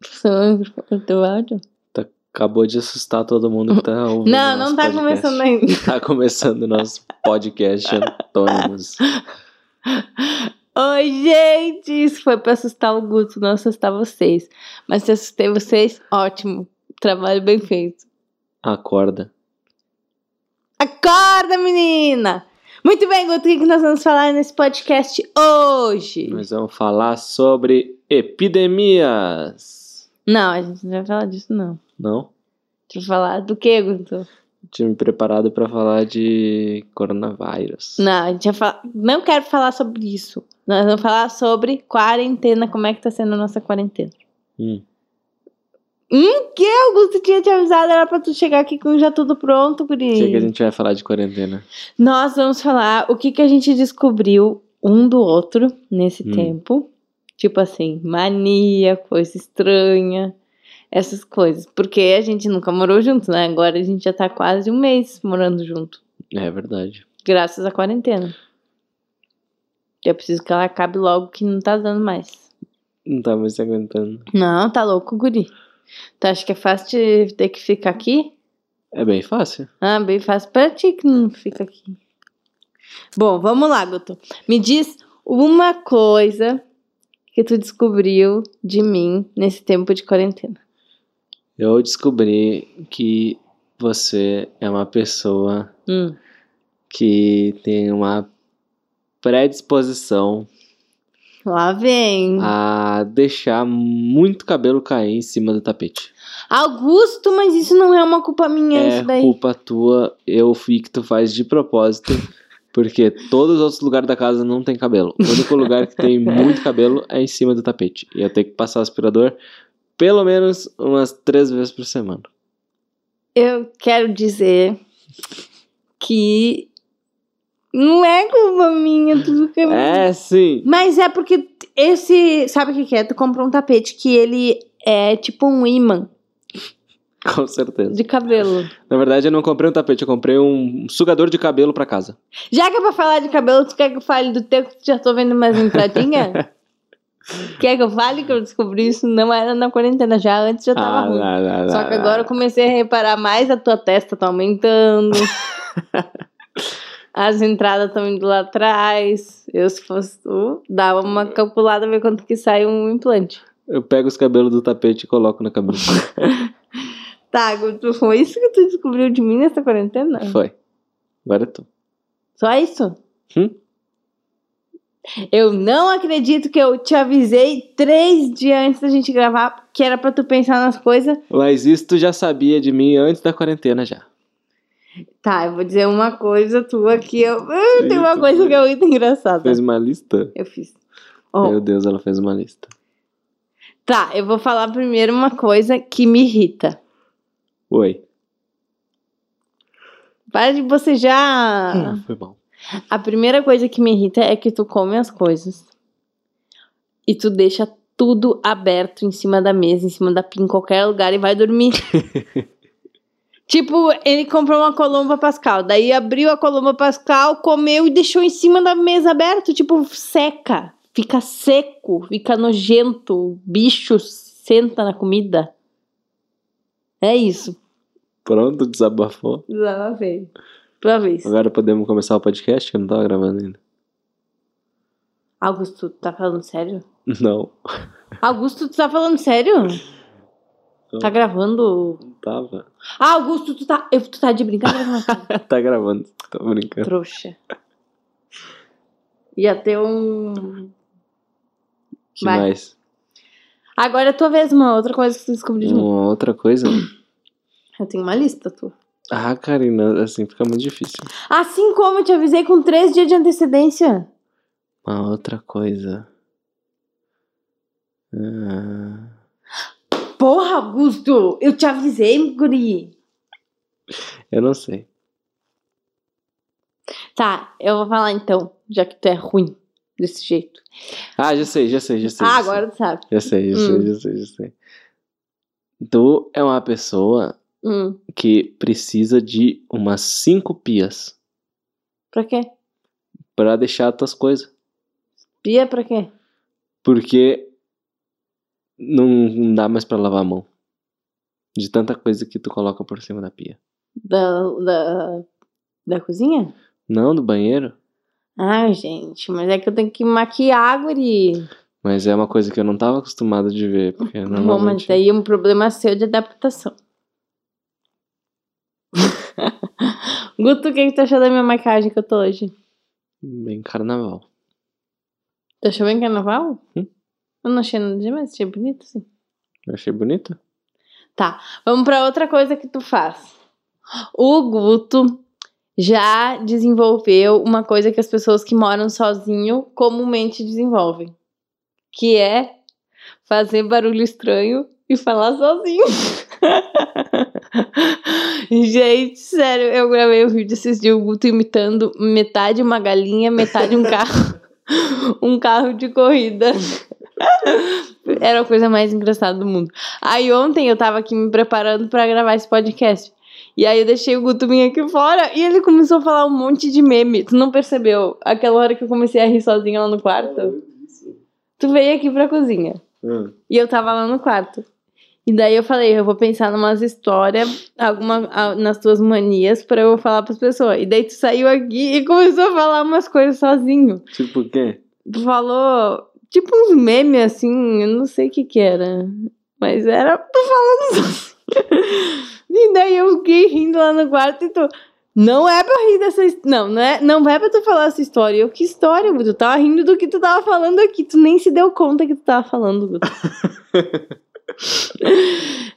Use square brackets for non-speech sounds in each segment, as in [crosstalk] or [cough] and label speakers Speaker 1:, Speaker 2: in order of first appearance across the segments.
Speaker 1: pessoas de Portugal.
Speaker 2: Acabou de assustar todo mundo que tá
Speaker 1: [laughs]
Speaker 2: ouvindo.
Speaker 1: Não, não
Speaker 2: nosso
Speaker 1: tá
Speaker 2: podcast. [laughs]
Speaker 1: começando ainda.
Speaker 2: Tá começando o nosso
Speaker 1: [laughs]
Speaker 2: podcast Antônimos.
Speaker 1: Oi, gente! Isso foi pra assustar o Guto, não assustar vocês. Mas se assustei vocês, ótimo. Trabalho bem feito.
Speaker 2: Acorda.
Speaker 1: Acorda, menina! Muito bem, Guto, o que que nós vamos falar nesse podcast hoje?
Speaker 2: Nós vamos falar sobre epidemias.
Speaker 1: Não, a gente não vai falar disso, não.
Speaker 2: Não?
Speaker 1: Deixa eu falar do que, Guto?
Speaker 2: Tinha me preparado pra falar de coronavírus.
Speaker 1: Não, a gente vai falar... Não quero falar sobre isso. Nós vamos falar sobre quarentena, como é que tá sendo a nossa quarentena.
Speaker 2: Hum.
Speaker 1: Hum, que? O Guto tinha te avisado, era pra tu chegar aqui com já tudo pronto,
Speaker 2: O
Speaker 1: guri.
Speaker 2: que, que a gente vai falar de quarentena?
Speaker 1: Nós vamos falar o que, que a gente descobriu um do outro nesse
Speaker 2: Hum.
Speaker 1: tempo. Tipo assim, mania, coisa estranha, essas coisas. Porque a gente nunca morou junto, né? Agora a gente já tá quase um mês morando junto,
Speaker 2: É verdade.
Speaker 1: graças à quarentena. Eu preciso que ela acabe logo, que não tá dando mais.
Speaker 2: Não tá mais se aguentando.
Speaker 1: Não, tá louco, guri. Tu acha que é fácil de ter que ficar aqui?
Speaker 2: É bem fácil.
Speaker 1: Ah, bem fácil pra ti que não fica aqui. Bom, vamos lá, Guto. Me diz uma coisa que tu descobriu de mim nesse tempo de quarentena.
Speaker 2: Eu descobri que você é uma pessoa
Speaker 1: Hum.
Speaker 2: que tem uma predisposição
Speaker 1: Lá vem.
Speaker 2: a deixar muito cabelo cair em cima do tapete.
Speaker 1: Augusto, mas isso não é uma culpa minha,
Speaker 2: É
Speaker 1: isso daí.
Speaker 2: culpa tua, eu vi que tu faz de propósito, porque todos os outros lugares da casa não tem cabelo. O único lugar que tem muito cabelo é em cima do tapete. E eu tenho que passar o aspirador pelo menos umas três vezes por semana.
Speaker 1: Eu quero dizer que não é culpa minha tudo que eu
Speaker 2: É sim!
Speaker 1: Mas é porque esse. Sabe o que, que é? Tu compra um tapete que ele é tipo um imã
Speaker 2: Com certeza.
Speaker 1: de cabelo.
Speaker 2: Na verdade, eu não comprei um tapete, eu comprei um sugador de cabelo pra casa.
Speaker 1: Já que é pra falar de cabelo, tu quer que eu fale do teu que tu já tô vendo mais entradinha? quer que eu fale que eu descobri isso? Não era na quarentena, já antes já
Speaker 2: Ah,
Speaker 1: tava ruim.
Speaker 2: não, não,
Speaker 1: Só que
Speaker 2: não.
Speaker 1: agora eu comecei a reparar mais a tua testa tá
Speaker 2: [laughs]
Speaker 1: aumentando. As entradas estão indo lá atrás. Eu, se fosse tu, dava uma calculada ver quanto que sai um implante.
Speaker 2: Eu pego os cabelos do tapete e coloco na cabeça.
Speaker 1: Tá, Guto, foi isso que tu descobriu de mim nessa quarentena?
Speaker 2: Foi. Agora é tu.
Speaker 1: Só isso?
Speaker 2: Hum?
Speaker 1: Eu não acredito que eu te avisei três dias antes da gente gravar, que era pra tu pensar nas coisas.
Speaker 2: Mas isso tu já sabia de mim antes da quarentena já.
Speaker 1: Tá, eu vou dizer uma coisa tua que eu. Ah,
Speaker 2: Sim,
Speaker 1: Tem uma
Speaker 2: tu
Speaker 1: coisa
Speaker 2: fez.
Speaker 1: que é muito engraçada.
Speaker 2: Fez uma lista?
Speaker 1: Eu fiz. Ó,
Speaker 2: Meu Deus, ela fez uma lista.
Speaker 1: Tá, eu vou falar primeiro uma coisa que me irrita.
Speaker 2: Oi.
Speaker 1: Para de você já.
Speaker 2: Ah, Foi bom.
Speaker 1: A primeira coisa que me irrita é que tu come as coisas e tu deixa tudo aberto em cima da mesa, em cima da pia, em qualquer lugar e vai dormir. tipo, ele comprou uma colomba pascal, daí abriu a colomba pascal, comeu e deixou em cima da mesa aberto, tipo, seca, fica seco, fica nojento, o bicho senta na comida. É isso.
Speaker 2: Pronto, desabafou.
Speaker 1: Lá vez. Pra vez.
Speaker 2: Agora podemos começar o podcast, que eu não tava gravando ainda. [laughs]
Speaker 1: Augusto, tá falando sério?
Speaker 2: Não,
Speaker 1: Augusto, tu tá falando sério?
Speaker 2: Tô.
Speaker 1: Tá gravando?
Speaker 2: não tava. [laughs]
Speaker 1: Ah, Augusto, tu tá, eu- tu tá de brincadeira,
Speaker 2: tá gravando, tô brincando.
Speaker 1: trouxa. Ia ter um.
Speaker 2: que
Speaker 1: Vai.
Speaker 2: mais?
Speaker 1: Agora é tua vez, uma outra coisa que tu descobriu de mim.
Speaker 2: Uma outra coisa? [clears throat]
Speaker 1: Eu tenho uma lista tua.
Speaker 2: Ah, Karina, assim fica muito difícil.
Speaker 1: Assim como eu te avisei com três dias de antecedência.
Speaker 2: Uma outra coisa. Ah,
Speaker 1: Porra, Augusto! Eu te avisei, guri.
Speaker 2: eu não sei.
Speaker 1: Tá, eu vou falar então, já que tu é ruim desse jeito.
Speaker 2: Ah, já sei, já sei, já sei.
Speaker 1: ah,
Speaker 2: já sei.
Speaker 1: agora tu sabe.
Speaker 2: Já sei, já
Speaker 1: Hum.
Speaker 2: sei, já sei, já sei. Tu é uma pessoa
Speaker 1: Hum,
Speaker 2: que precisa de umas cinco pias
Speaker 1: pra quê?
Speaker 2: pra deixar as tuas coisas.
Speaker 1: Pia pra quê?
Speaker 2: Porque Não, não dá mais pra lavar a mão. De tanta coisa que tu coloca por cima da pia.
Speaker 1: Da, da, da cozinha?
Speaker 2: Não, do banheiro.
Speaker 1: Ai, gente, mas é que eu tenho que maquiar, guri.
Speaker 2: Mas é uma coisa que eu não tava acostumado de ver. Porque
Speaker 1: Bom, mas
Speaker 2: normalmente...
Speaker 1: daí é um problema seu de adaptação. [laughs] Guto, o que, que tu achou da minha maquiagem que eu tô hoje?
Speaker 2: Bem carnaval.
Speaker 1: Tu achou bem carnaval?
Speaker 2: Hum.
Speaker 1: Eu não achei nada demais, achei bonito, sim.
Speaker 2: Eu achei bonito.
Speaker 1: Vamos pra outra coisa que tu faz. O Guto já desenvolveu uma coisa que as pessoas que moram sozinho comumente desenvolvem, que é fazer barulho estranho e falar sozinho. [laughs] Gente, sério, eu gravei um vídeo esses dias, o Guto imitando metade uma galinha, metade um carro, [laughs] um carro de corrida. [laughs] Era a coisa mais engraçada do mundo. Aí ontem eu tava aqui me preparando pra gravar esse podcast. E aí eu deixei o Guto vir aqui fora e ele começou a falar um monte de meme. Tu não percebeu? Aquela hora que eu comecei a rir sozinha lá no quarto? Tu veio aqui pra cozinha.
Speaker 2: Ah,
Speaker 1: E eu tava lá no quarto. E daí eu falei, eu vou pensar numas histórias, alguma, a- nas tuas manias, pra eu falar pras pessoas. E daí tu saiu aqui e começou a falar umas coisas sozinho.
Speaker 2: Tipo o quê?
Speaker 1: Tu falou, tipo uns memes assim, eu não sei o que que era. Mas era, tu falando sozinho. [laughs] E daí eu fiquei rindo lá no quarto e tu... Não é pra rir dessa... his- Não, não é, não é pra tu falar essa história. Eu, que história, Guto? Tu tava rindo do que tu tava falando aqui. Tu nem se deu conta que tu tava falando, Guto. [laughs]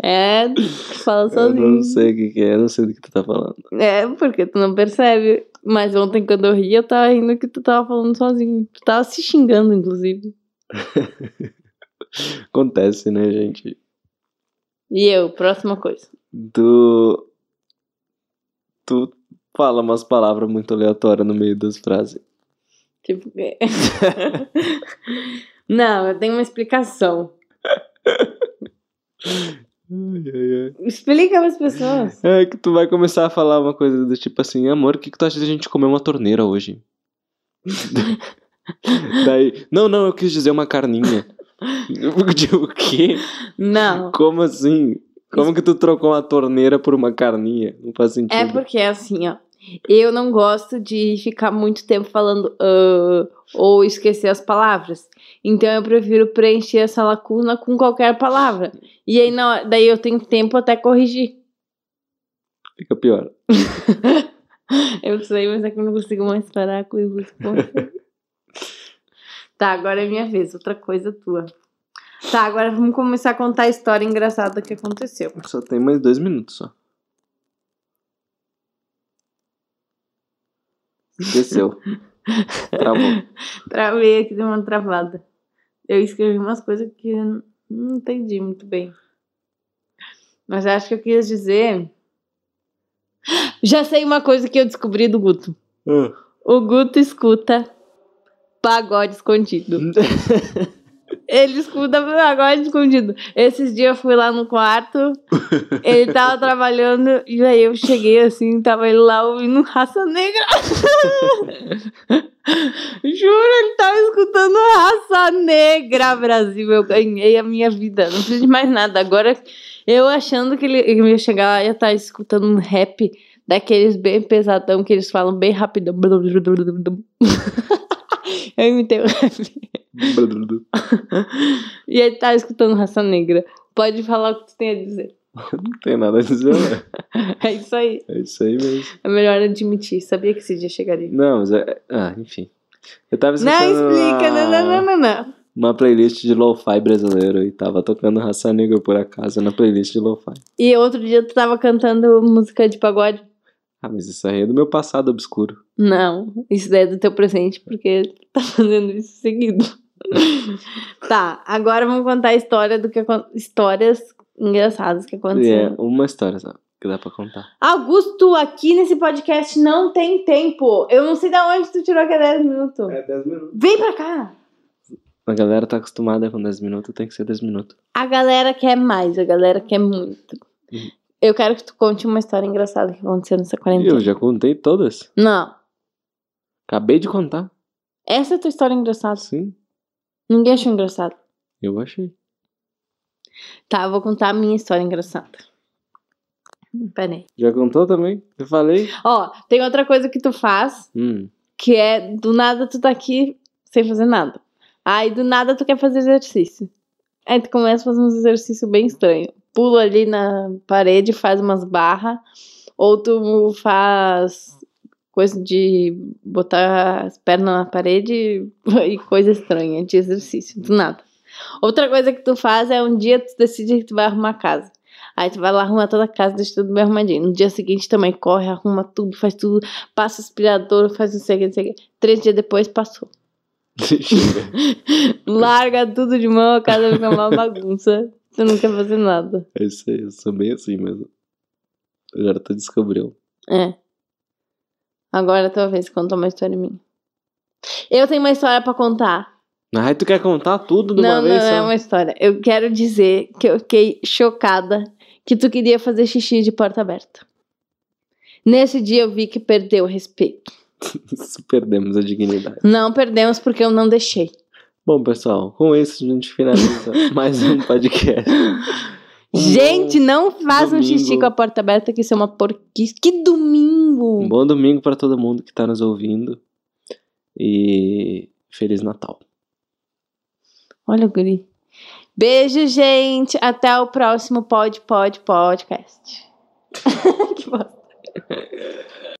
Speaker 1: é, tu fala
Speaker 2: Eu
Speaker 1: sozinho.
Speaker 2: não sei o que, que é, eu não sei do que tu tá falando.
Speaker 1: É, porque tu não percebe. Mas ontem, quando eu ri, eu tava rindo que tu tava falando sozinho. Tu tava se xingando, inclusive.
Speaker 2: Acontece, né, gente?
Speaker 1: E eu, próxima coisa.
Speaker 2: Tu. Tu fala umas palavras muito aleatórias no meio das frases.
Speaker 1: Tipo, é. [laughs] não, eu tenho uma explicação.
Speaker 2: Ai, ai, ai.
Speaker 1: Explica pras pessoas.
Speaker 2: É que tu vai começar a falar uma coisa do tipo assim, amor, o que, que tu acha de a gente comer uma torneira hoje? [laughs] Daí, não, não, eu quis dizer uma carninha. [laughs] Eu digo, o quê?
Speaker 1: Não.
Speaker 2: Como assim? Como que tu trocou uma torneira por uma carninha? Não faz sentido.
Speaker 1: É porque assim, ó. Eu não gosto de ficar muito tempo falando "Ah", ou esquecer as palavras. Então eu prefiro preencher essa lacuna com qualquer palavra. E aí na hora- daí eu tenho tempo até corrigir.
Speaker 2: Fica pior.
Speaker 1: Eu sei, mas é que eu não consigo mais parar com isso. Tá, agora é minha vez. Outra coisa tua. Tá, agora vamos começar a contar a história engraçada que aconteceu.
Speaker 2: Só tem mais dois minutos só. [laughs] Esqueceu. Travou.
Speaker 1: Travei aqui, deu uma travada. Eu escrevi umas coisas que eu não entendi muito bem. Mas eu acho que eu quis dizer. Já sei uma coisa que eu descobri do Guto.
Speaker 2: Ah.
Speaker 1: O Guto escuta pagode escondido. Ele escuta pagode escondido. Esses dias eu fui lá no quarto, ele tava trabalhando, e aí eu cheguei assim, tava ele lá ouvindo Raça Negra. [laughs] Juro, ele tava escutando Raça Negra, Brasil. Eu ganhei a minha vida, não preciso de mais nada. Agora, eu achando que ele, ele ia chegar lá e ia estar escutando um rap daqueles bem pesadão que eles falam bem rapidão. [laughs] Eu imitei o rap. E ele tá escutando Raça Negra. Pode falar o que tu tem a dizer.
Speaker 2: Não tem nada a dizer, né?
Speaker 1: É isso aí.
Speaker 2: É isso aí mesmo.
Speaker 1: É melhor admitir. Sabia que esse dia chegaria.
Speaker 2: Não, mas é. Ah, enfim. Eu tava
Speaker 1: Não
Speaker 2: escutando
Speaker 1: explica,
Speaker 2: uma...
Speaker 1: não, não, não, não, não.
Speaker 2: uma playlist de lo-fi brasileiro e tava tocando Raça Negra por acaso na playlist de lo-fi.
Speaker 1: E outro dia tu tava cantando música de pagode?
Speaker 2: Ah, mas isso aí é do meu passado obscuro.
Speaker 1: Não, isso daí é do teu presente, porque [laughs] tu tá fazendo isso seguido. [laughs] tá, agora vamos contar a história do que acon- histórias engraçadas que
Speaker 2: E é
Speaker 1: aconteceram.
Speaker 2: uma história só que dá pra contar.
Speaker 1: Augusto, aqui nesse podcast não tem tempo. Eu não sei da onde tu tirou que é 10 minutos.
Speaker 2: É 10 minutos.
Speaker 1: Vem pra cá.
Speaker 2: A galera tá acostumada com 10 minutos, tem que ser 10 minutos.
Speaker 1: A galera quer mais, a galera quer muito.
Speaker 2: Uhum.
Speaker 1: Eu quero que tu conte uma história engraçada que aconteceu nessa quarentena.
Speaker 2: Eu já contei todas.
Speaker 1: Não,
Speaker 2: Acabei de contar.
Speaker 1: essa é a tua história engraçada.
Speaker 2: Sim,
Speaker 1: Ninguém achou engraçado.
Speaker 2: eu achei.
Speaker 1: Tá, eu vou contar a minha história engraçada. Peraí.
Speaker 2: Já contou também? Eu falei?
Speaker 1: Ó, tem outra coisa que tu faz,
Speaker 2: Hum. [laughs]
Speaker 1: que é do nada tu tá aqui sem fazer nada. Aí do nada tu quer fazer exercício. Aí tu começa a fazer uns exercícios bem estranhos. Pula ali na parede, faz umas barras. Ou tu faz coisa de botar as pernas na parede [laughs] e coisa estranha de exercício, do nada. Outra coisa que tu faz é um dia tu decide que tu vai arrumar a casa. Aí tu vai lá arrumar toda a casa, deixa tudo bem arrumadinho. No dia seguinte também corre, arruma tudo, faz tudo, passa aspirador, faz não sei o que, não sei o que. Três dias depois passou.
Speaker 2: Deixa eu ver.
Speaker 1: Larga tudo de mão, a casa fica uma bagunça. Tu não quer fazer nada.
Speaker 2: É isso aí, eu sou bem assim mesmo. Agora tu descobriu.
Speaker 1: É. Agora talvez conta uma história minha. Eu tenho uma história pra contar.
Speaker 2: Ai, tu quer contar tudo de uma
Speaker 1: não,
Speaker 2: vez
Speaker 1: não
Speaker 2: só?
Speaker 1: é uma história. Eu quero dizer que eu fiquei chocada que tu queria fazer xixi de porta aberta. Nesse dia eu vi que perdeu o respeito.
Speaker 2: [laughs] Se Perdemos a dignidade.
Speaker 1: Não perdemos porque eu não deixei.
Speaker 2: Bom, pessoal, com isso a
Speaker 1: [laughs]
Speaker 2: gente finaliza mais um podcast. Um
Speaker 1: Gente, não faz um xixi
Speaker 2: domingo.
Speaker 1: com a porta aberta, que isso é uma porquice. Que domingo!
Speaker 2: bom, um bom domingo pra todo mundo que tá nos ouvindo. E Feliz Natal.
Speaker 1: Olha o guri. Beijo, gente. Até o [laughs] próximo Pod Pod Podcast. que bosta.